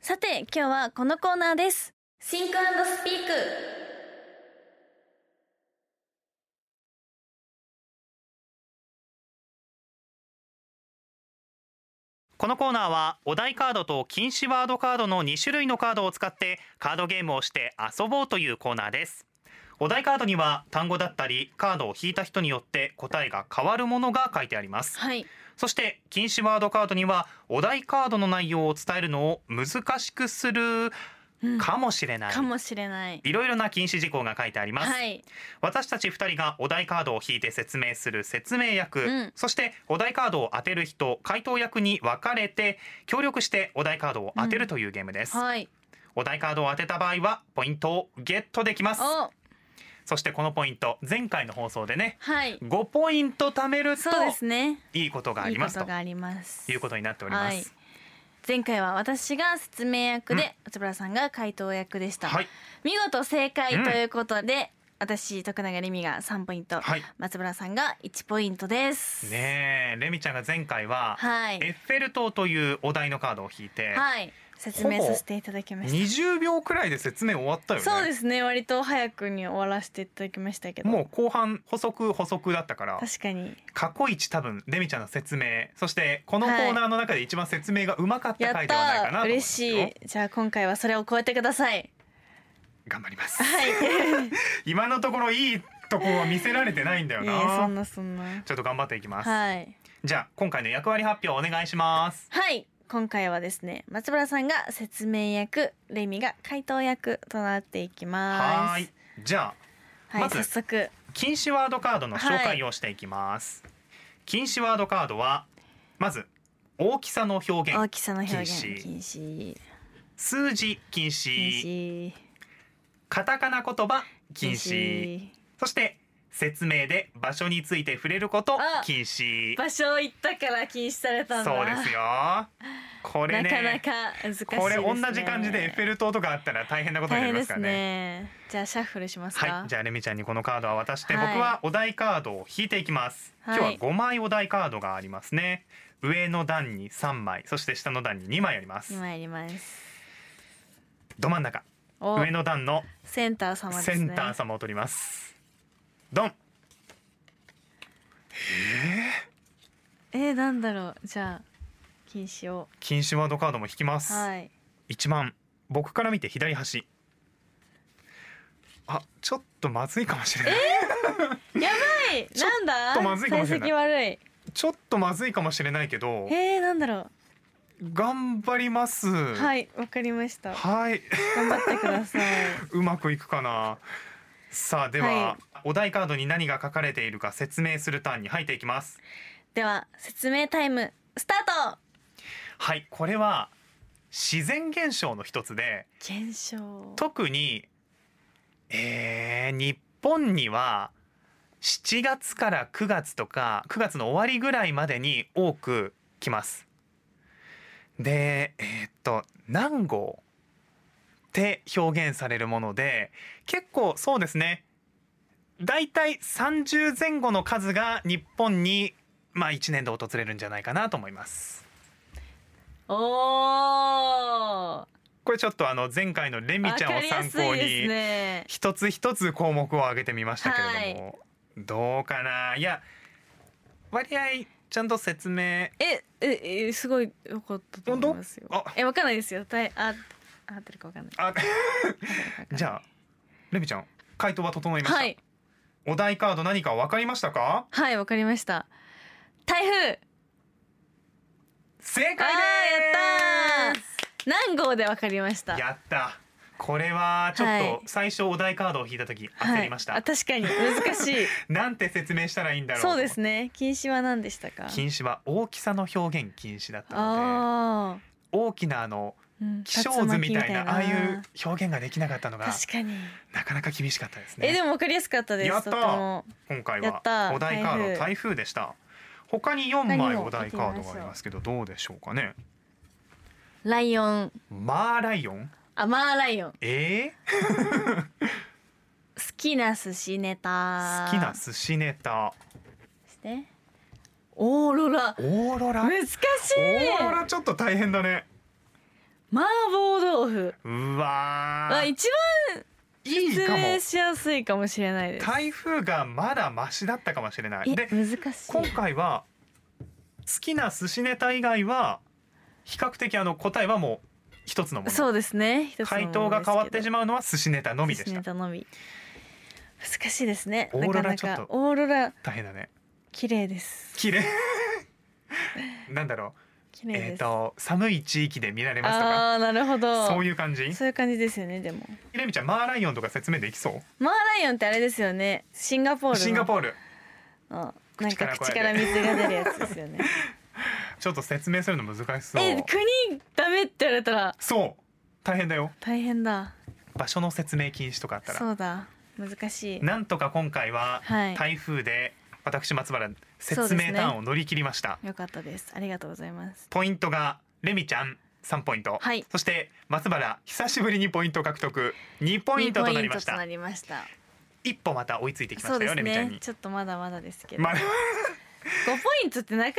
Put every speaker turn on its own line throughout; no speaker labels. さて、今日はこのコーナーです。シンクスピーク。
このコーナーはお題カードと禁止ワードカードの2種類のカードを使ってカードゲームをして遊ぼうというコーナーですお題カードには単語だったりカードを引いた人によって答えが変わるものが書いてあります
はい。
そして禁止ワードカードにはお題カードの内容を伝えるのを難しくする
うん
かもしれない、
かもしれない。
いろいろな禁止事項が書いてあります、
はい。
私たち2人がお題カードを引いて説明する説明役、
うん
そしてお題カードを当てる人回答役に分かれて協力してお題カードを当てるというゲームです、
はい。
お題カードを当てた場合はポイントをゲットできます
お、
そしてこのポイント前回の放送でね
はい。
5ポイント貯めると
そうですね。
いいことがあ
いい
り
こ
ます
と
と
があります。
いうことになっておりま
はい
す。
前回は私が説明役で、内村さんが回答役でした。
はい、
見事正解ということで、私徳永レミが3ポイント、
はい
松村さんが1ポイントです。
ねえレミちゃんが前回は、
はい
エッフェル塔というお題のカードを引いて、
はい。説明させていただきました。
20秒くらいで説明終わったよね
そうですね割と早くに終わらせていただきましたけど
もう後半補足補足だったから
確かに
過去一多分レミちゃんの説明そしてこのコーナーの中で一番説明がうまかった
や
回
っ
ではないかな
た
と思うんで
嬉
すよ
しいじゃあ今回はそれを超えてください
頑張ります、
はい
今のところいいとこは見せられてないんだよ
い
な、
えそんなそんな
ちょっと頑張っていきます、
はい
じゃあ今回の役割発表お願いします
はい今回はですね松村さんが説明役レミが回答役となっていきます
はーいじゃあ
はい、
まず
早速
禁止ワードカードの紹介をしていきます、禁止ワードカードはまず大きさの表
大
現
きさの表現
禁止
禁止
数字
禁
禁止
止
カタカナ言葉禁止そして説明で場所について触れること
あ
禁止
場所行ったから禁止されたんだ
そうですよこれね
なかなか難しいですね
これ同じ感じでエッフェル塔とかあったら大変なこと
大
になり
変
ま
です
か
す
らね
ねじゃあシャッフルしますか
はいじゃあレミちゃんにこのカードは渡して、
はい
僕はお題カードを引いていきます、
はい
今日は5枚お題カードがありますね上の段に3枚そして下の段に2枚あります
今やります
ど真ん中
お
上の段の
センター様です
セ
ね
ンター様を取りますドン
えー、なんだろうじゃあ禁止を
禁止ワードカードも引きます、
はい
一番僕から見て左端あちょっとまずいかもしれない、
やばい
ちょっ
なんだ
とまずいかもしれない
成績悪い
ちょっとまずいかもしれないけど
えー、なんだろ
頑張ります
う
は、
はいいわかりました頑張ってください
うまくいくかなさあでは、
は
お題カードに何が書かれているか説明するターンに入っていきます
では説明タイムスタート
はいこれは自然現象の一つで
検証
特にえー日本には7月から9月とか9月の終わりぐらいまでに多く来ます。でえーっと南郷って表現されるもので結構そうですねだいたい30前後の数が日本にまあ1年で訪れるんじゃないかなと思います。
おー
これちょっとあの前回のレミちゃんを参考
わかりやすいで
に
すね
一つ一つ項目を挙げてみましたけれども、どうかないや割合ちゃんと説明
えええすごい良かったと思いますよ
本当あ。
えわかんないですよ。たいあ合ってるかわかんない。
あじゃあ
あ
レミちゃん回答は整いました、
はい
お題カード何か分かりましたか
はいわかりました。台風
正解で
あーやったー
す。
何号でわかりました。
やったこれはちょっ
はい
と最初お題カードを引いた時
はい
焦りました、
あ確かに難しい。
なんて説明したらいいんだろう
そうですね。禁止は何でしたか。
禁止は大きさの表現禁止だったので
ああ。
大きなあの
うん
気象図みたい
竜
な
巻
ああいう表現ができなかったのが
確かに。
なかなか厳しかったですね。
えでもわかりやすかったです。
やったー
とても
今回
や
は
った
お題カ
台
ード
風
台風でした。他に
他
4
に
枚
も
お題カードがありますけどどうでしょうかね。
ライオン
マーライオン？
あマーライオン好
え
きな寿司ネタ
ー、好きな寿司ネタ
してオーロラ
オーロラ。オ
難しい
ーロラちょっと大変だね。
麻婆豆腐
うわ
は
ー
一
い
番
い
説
かも
明しやすいかもしれないです。
台風がまだマシだったかもしれない
え
で
難しい。
今回は好きな寿司ネタ以外は比較的あの答えはもう一つのもの
そうですね。一つのもの
回答が変わってし
ま
まうのは寿司ネタのみでした
のみ。難しいですね。
オーロ
な
ラ
かな
ちょっと
かオーロラ
大変だね
綺麗です。
綺麗なんだろ
綺
う
麗
えっ、
です。
と寒い地域で見られますとか
ああなるほど。
そう
い
いう感じ
そういう感じですよねでも。
レミちゃんマーライオンとか説明できそう
マーライオンってあれですよね。シンガポールの。
シンガポール
うんなんか口
口か
からら
こうやっ
水が出るやつですよね。
ちょっと説明するの難し そう
え国ダメって言われたら
そう大変だよ
大変だ。
場所の説明禁止とかあったら
そうだ難しい。
なんとか今回は
はい
台風で私松原
そう
説
です
明
ね
ターンを乗り切りました、
よかったです。ありがとうございます。
ポイントがレミちゃん3ポイント、
はい
そして松原久しぶりにポイント獲得2ポイントとなりま
二ポイン
し
トとな
た
りました。
一歩また追いついてきま
そう
した
です
よ、レミちゃん
ね
に。
ちょっとまだまだですけど。
まあ、
五、ポイントってなか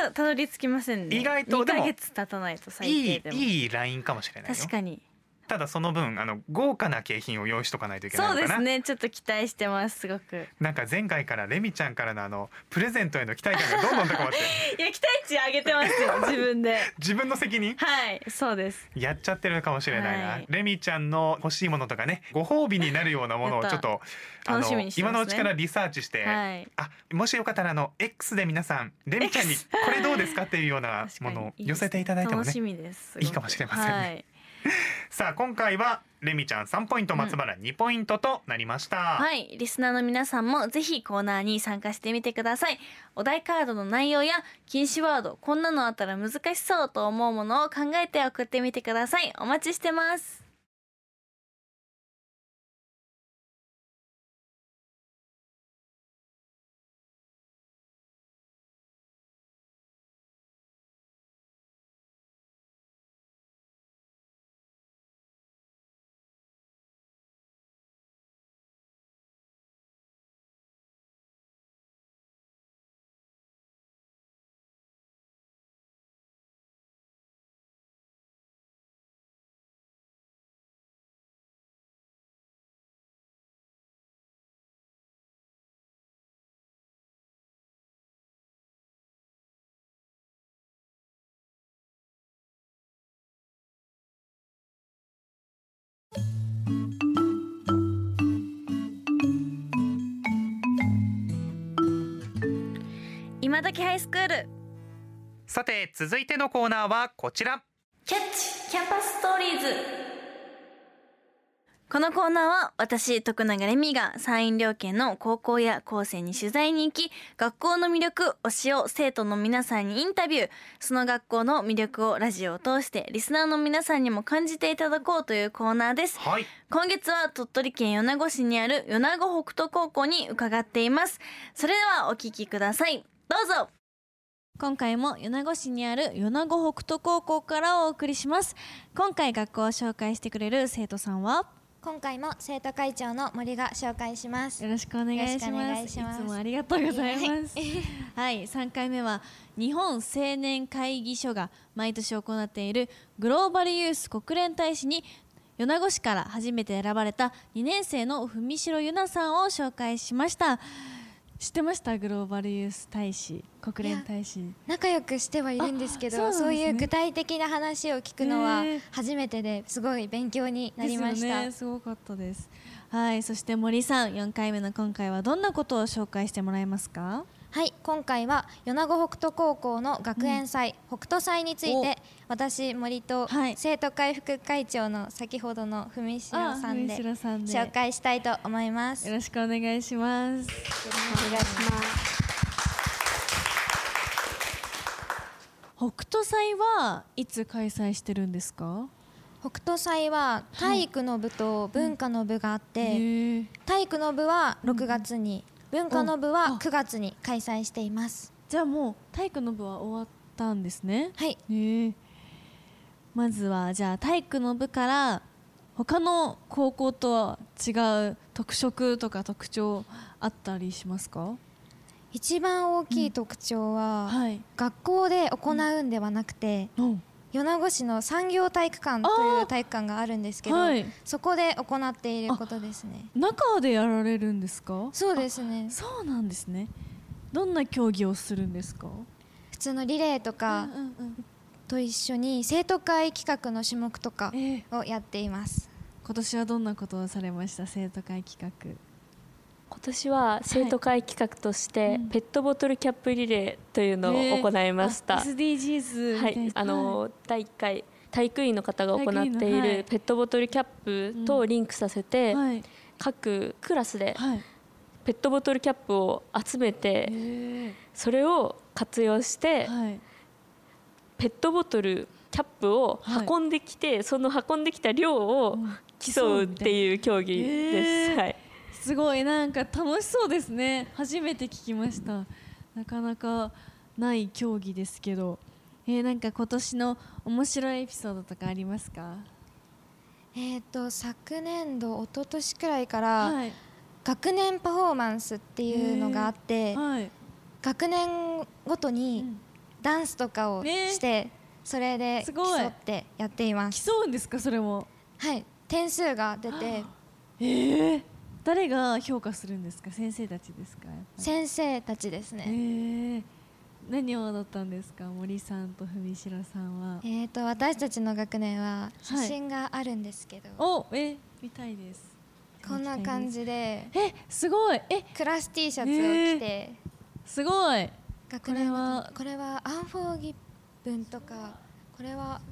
なかたどり着きませんね。
意外と
二
でも
ヶ月経たないと最
い
低
い
でも。
いいラインかもしれないよ
確かに。
ただその分あの豪華な景品を用意しとかないといけない
そ
の
うで
かな
すね。ちょっと期待してます。すごく。いや
なんか前回からレミちゃんからのあのプレゼントへの期待感がどんどん高 まって
期待値上げてます よ。自分で。
自分の責任
はい。そうです。
やっちゃってるかもしれないな、
はい
レミちゃんの欲しいものとかねご褒美になるようなものをち
やっ
ょ
た
っと
楽し
の
みにしてま
今
すね
のうちからリサーチして、
はい。
あもしよかったらあの X で皆さんレミちゃんに
X
これどうですかっていうような
確か
も
に
のを
いいで
寄
す
せていただいても
楽
ね
しみです。すごく
いいかもしれませんね
はい。
さあ今回はレミちゃん3ポイント
うん
松原2ポイントとなりました、
はい、リスナーの皆さんもぜひコーナーに参加してみてください。お題カードの内容や禁止ワード、こんなのあったら難しそうと思うものを考えて送ってみてください。お待ちしてます。今時ハイスクール、
さて続いてのコーナーはこちら
キャッチキャンパスストーリーズ。このコーナーは私、徳永レミが山陰両県の高校や高生に取材に行き、学校の魅力、推しを生徒の皆さんにインタビュー、その学校の魅力をラジオを通してリスナーの皆さんにも感じていただこうというコーナーです。
はい
今月は鳥取県米子市にある米子北斗高校に伺っていますそれではお聞きくださいどうぞ今回も米子市にある米子北斗高校からお送りします今回学校を紹介してくれる生徒さんは
今回も生徒会長の森が紹介します
よろしくお願いします
よろしくお願いします
いつもありがとうございますはい3回目は日本青年会議所が毎年行っているグローバルユース国連大使に米子市から初めて選ばれた2年生の文城ゆなさんを紹介しました知ってましたグローバルユース大使国連大使
仲良くしてはいるんですけど
あ
そう
そうなんですね
いう具体的な話を聞くのは
へえ
初めてですごい勉強になりまし
です
た、
よねすごかったですはいそして森さん4回目の今回はどんなことを紹介してもらえますか
はい今回は米子北斗高校の学園祭、北斗祭について私森と
はい
生徒会副会長の先ほどの文
あ
城さんで
文城さんで
紹介したいと思います
よろしくお願いします
お願いします
北斗祭はいつ開催してるんですか
北斗祭は体育の部と文化の部があって、
へえ
体育の部は6月に、文化の部
おあ
は9月に開催しています
じゃあもう体育の部は終わったんですね
はい
へえまずはじゃあ体育の部から他の高校とは違う特色とか特徴あったりしますか
一番大きい特徴は、
はい
学校で行うんではなくて、
うん
米子市の産業体育館という体育館があるんですけど、
はい
そこで行っていることですね
中でやられるんですか
そうですね
そうなんですねどんな競技をするんですか
普通のリレーとか
うんうんうん
と一緒に生徒会企画の種目とか
ええ
をやっています
今年はどんなことをされました生徒会企画
今年は生徒会企画として、
うん
ペットボトルキャップリレーというのを行いました、
あ SDGs み
は、
たいない
あの、第1回体育委員の方が行っ
体
て
育委
い
員のはい
るペットボトルキャップとリンクさせて、
はい
各クラスで
はい
ペットボトルキャップを集めて、
へ
それを活用し
ー
て、
はい
ペットボトルキャップを運んできて、その運んできた量を
うん
競うっていう競技です。
へー
はい
すごいなんか楽しそうですね初めて聞きましたなかなかない競技ですけどえー、なんか今年の面白いエピソードとかありますか
えっ、と昨年度一昨年くらいから
い
学年パフォーマンスっていうのがあって
はい
学年ごとに
うん
ダンスとかを
ね
してそれです競
ごい
ってやっています
競うんですかそれも
はい点数が出て
ええー、誰が評価するんですか先生たちですかやっぱり
先生たちですね
えー何を踊ったんですか森さんと文代さんは
えっ、と私たちの学年は写
はい
真があるんですけど、
おえ見たいです
こんな感じで
えすごいえ
クラス T シャツを着て、
すごい
学年は
こ
これはアンフォーギブンとかこれは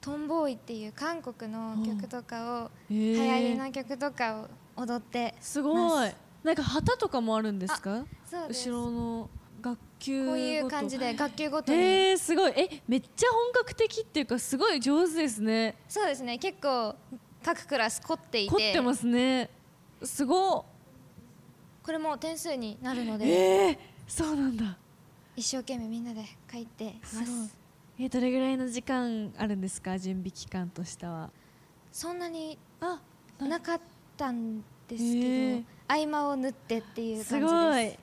トンボーイっていう韓国の曲とかを、
え
流
ー
行りの曲とかを踊って
すごい
ます
なんか旗とかもあるんですか
そうです
後ろの学級
こういう
ごと
感じで学級ごとに、
えー、すごいえめっちゃ本格的っていうかすごい上手ですね
そうですね結構各クラス凝っていて
凝ってますねすご
これも点数になるの
い
で、
えー、そうなんだ
一生懸命みんなで書いてます
すごいえどれぐらいの時間あるんですか準備期間としては
そんなに
あ
なかったんですけど、
え
合間を縫ってっていう感じです
すごい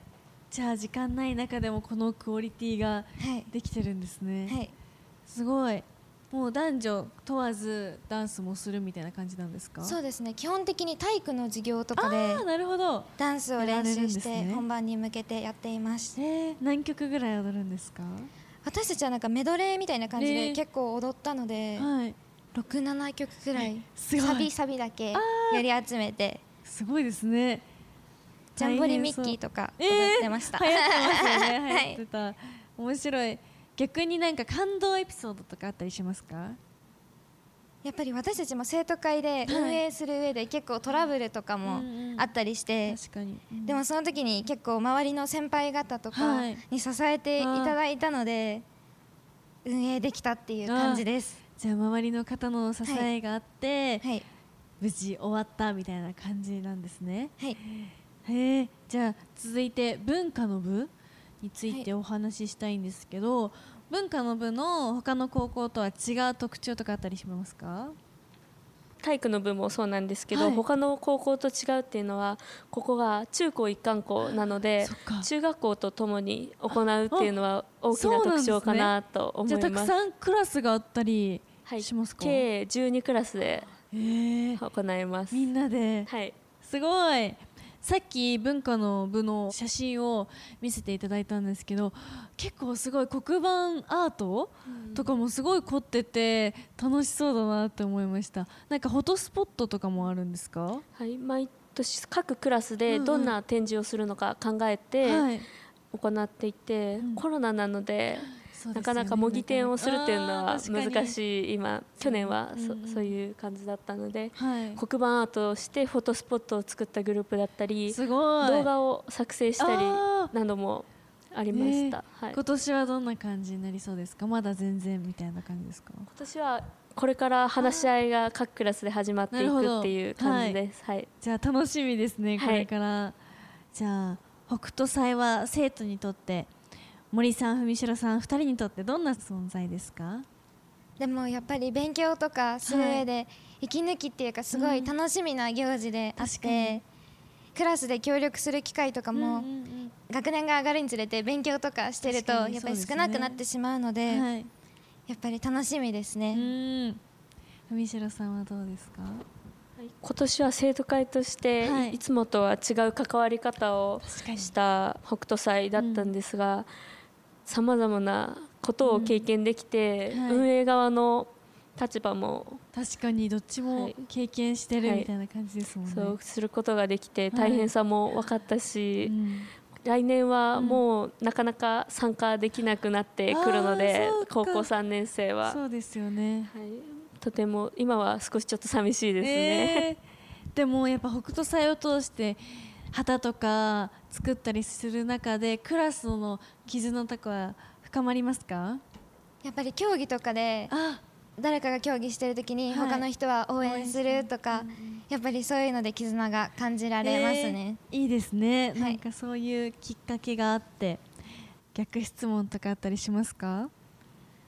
じゃあ時間ない中でもこのクオリティが
はい、
できてるんですね、
はい、
すごいもう男女問わずダンスもするみたいな感じなんですか
そううですね基本的に体育の授業とかで
ああなるほど
ダンスを練習し
やられるんで
て
すね
本番に向けてやっていまし
え
た
ー何曲ぐらい踊るんですか
私たちはなんかメドレーみたいな感じ
ね
で結構踊ったので、
はい
67曲くらい
すごい
サビサビだけやり集めて
すごいですね
ジャンボリミッキーとか踊ってました、
えー、流行ってますよね
は
流行ってた、面白い逆になんか感動エピソードとかあったりしますか
やっぱり私たちも生徒会で運営する上で結構トラブルとかも
うんうん
あったりして、
確かに、
でもその時に結構周りの先輩方とか
はい
に支えていただいたので、運営できたっていう感じです。
じゃあ周りの方の支えがあって、
はい、
無事終わったみたいな感じなんですね
はい、
へえじゃあ続いて文化の部につい
はい
てお話ししたいんですけど、文化の部の他の高校とは違う特徴とかあったりしますか
体育の部もそうなんですけど、
はい
他の高校と違うっていうのはここが中高一貫校なので
そっか
中学校とともに行うっていうのは大きな
そうなんで
特
すね
徴かなと思い
じゃ
ま
あ
す
たくさんクラスがあったり
はい
しますか、
計12クラスで
へえ
行います
みんなで
はい
すごいさっき文化の部の写真を見せていただいたんですけど結構すごい黒板アートとかもすごい凝ってて楽しそうだなって思いましたなんかフォトスポットとかもあるんですか
はい、毎年各クラス
うん
で
うん
どんな展示をするのか考え
は
て
い
行っていて、
うん
コロナなので
そうで
な
すよ
か
ね
なか模擬店をするっていうの
あ
は
ー確かに
難しい今去年はそ,、
うんうん
そういう感じだったので
はい
黒板アートをしてフォトスポットを作ったグループだったり
すごい
動画を作成したり
あー
などもありました、
ね
はい、
今
今
年はどんな感じになりそうですかまだ全然みたいな感じですか
年はこれから話し合いが各クラスで始まってい
なるほど
くっていう感じです、はい
じゃあ楽しみですね
は
こ
い
れから、じゃあ北斗祭は生徒にとって森さん文代さん2人にとってどんな存在ですか
でもやっぱり勉強とかする上で息抜きっていうかすごい楽しみな行事であっ
確かに
て、クラスで協力する機会とかも、
ん
学年が上がるにつれて勉強とかしてると
確かに
やっぱり
そうです
少
ね
なくなってしまうので
はい、
やっぱり楽しみです
う
ね。
ん文代さんはどうですか
今年は生徒会として、
はい
い、つもとは違う関わり方を
確かに
した北斗祭だったんですがさまざまなことを経験できて、
うんはい
運営側の立場も
確かにどっち
は
も
い
経験してる
はい
みたいな感じですもんね、
そうすることができて
はい
大変さも分かった
う
し、
ん
来年はもうなかなか参加できなくなってくるので
あーそうか
高校3年生は、は
そうですよね
い、とても今は少しちょっと寂しいですね。
えーでもやっぱ北斗祭を通して旗とか作ったりする中でクラスの絆とかは深まりますか
やっぱり競技とかで
あ
誰かが競技してる時に
はい
他の人は応援するとか、やっぱりそういうので絆が感じられますね。
えーいいですね、
い
なんかそういうきっかけがあって逆質問とかあったりしますか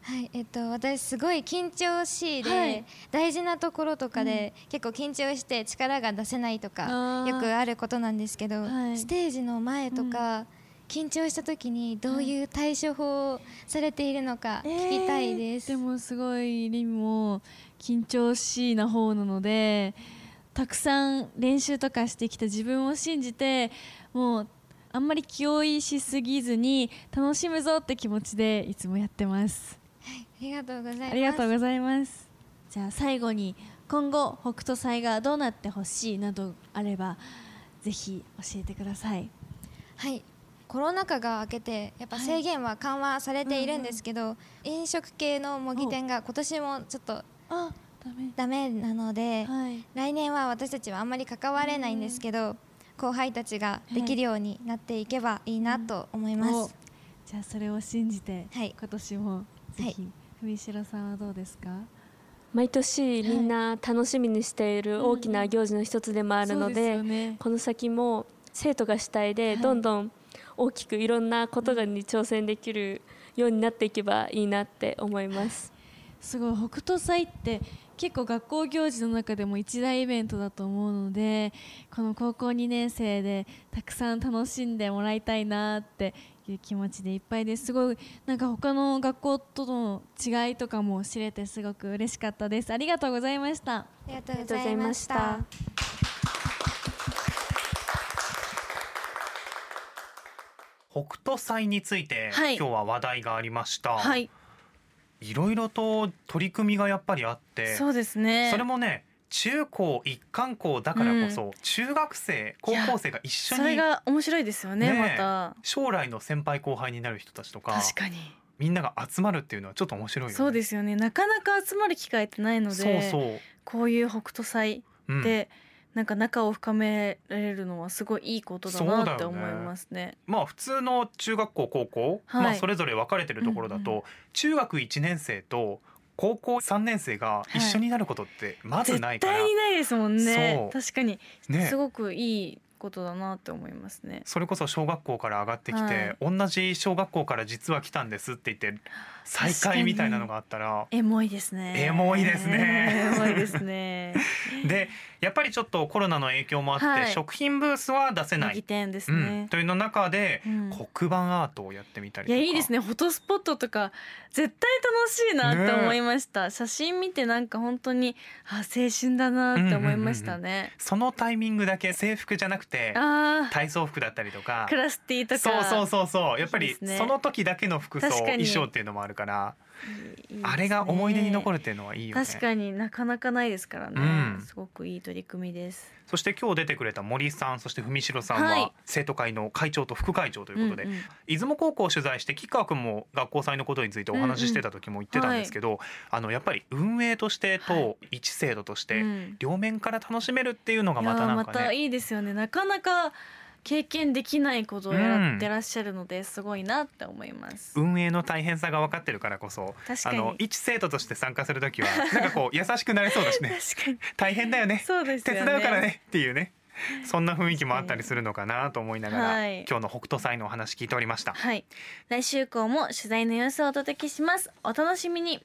はい、えっと私すごい緊張しいで、
はい
大事なところとかで、結構緊張して力が出せないと
あ
か
ー
よくあることなんですけど、
はい
ステージの前とか、緊張した時にどういう対処法をされているのか聞きたいです。
えーでもすごいリンも緊張しいな方なのでたくさん練習とかしてきた自分を信じてもうあんまり気負いしすぎずに楽しむぞって気持ちでいつもやってます
ありがとうございます。
ありがとうございますじゃあ最後に今後北斗祭がどうなってほしいなどあればぜひ教えてください
はいコロナ禍が明けてやっぱ制限は緩和されているんですけど、飲食系の模擬店が今年もちょっと
あダメ
ダメなので、
はい
来年は私たちはあんまり関われないんですけど、後輩たちができるようになっていけばいいなと思います、
おじゃあそれを信じて、
はい
今年もぜ
はい
ひ、文代さんはどうですか
毎年みんな楽しみにしている大きな行事の一つでもあるの
そうす
で
よね
この先も生徒が主体
はい
でどんどん大きくいろんなことがに挑戦できるようになっていけばいいなって思います。
すごい北斗祭って結構学校行事の中でも一大イベントだと思うのでこの高校2年生でたくさん楽しんでもらいたいなっていう気持ちでいっぱいですごいなんか他の学校との違いとかも知れてすごく嬉しかったですありがとうございました
ありがとうございまし
ありがとうござい
た
ました
北斗祭について、
はい
今日は話題がありました、
はい
いろいろと取り組みがやっぱりあって
そうですね
それもね中高一貫校だからこそ、中学生高校生が一緒
それ
に
が面白いですよね
ねえ
ま
将来の先輩後輩になる人たちとか
た確かに
みんなが集まるっていうのはちょっと面白いよね。
そうですよねなかなか集まる機会ってないので
そうそう、
こういう北斗祭
うん、
で、なんか仲を深められるのはすごいいいことだ
そうだ
な
よ
って
ね
思いますね
まあ普通の中学校高校、
はい
まあそれぞれ分かれてるところだと、
うん
中学1年生と高校3年生が一緒になることってまずない
絶
から、
対にないですもんね
そう
確かに、
ね
すごくいいことだなって思いますね
それこそ小学校から上がってきて、同じ小学校から実は来たんですって言って再会みたいなのがあったら
エモいですね
エモいですね
エモいです ね
でやっぱりちょっとコロナの影響もあって、
はい
食品ブースは出せな
右
い、
点です
う
ね
ん、というの中で、
うん
黒板アートをやってみた
い
りと
や
か
いいですねフォトスポットとか絶対楽しいなって思いました、写真見てなんか本当にあ青春だなって思いましたね、
そのタイミングだけ制服じゃなくて
あ
体操服だったりとか
あクラスティとか
そうそうそうそうやっぱ
いい
り
ですね
その時だけの服装
確かに
衣装っていうのもあるから
いいですね
あれが思い出に残るっていうのはいいよね
確かになかなかないですからね、
うん
すごくいい取り組みです
そして今日出てくれた森さんそして文代さんは、
はい
生徒会の会長と副会長ということで、
うんうん
出雲高校を取材して吉川君も学校祭のことについてお話ししてた時も言ってたんですけど、あのやっぱり運営としてと、
はい
一制度として、
うん
両面から楽しめるっていうのが
いや
また
ー
なん
ま
か
た
ね
いいですよねなかなか経験できないことをやってらっしゃるので、すごいなって思います、
運営の大変さが分かってるからこそ
確か
あ
に
の一生徒として参加する時はなんかこう優しくなれそうだ しね
確かに
大変だよね
そうです
手
よね
伝うからねっていうねそんな雰囲気もあったりするのかなと思いながら、
はい
今日の北斗祭のお話聞いておりました。
はい来週以降も取材の様子をお届けしますお楽しみに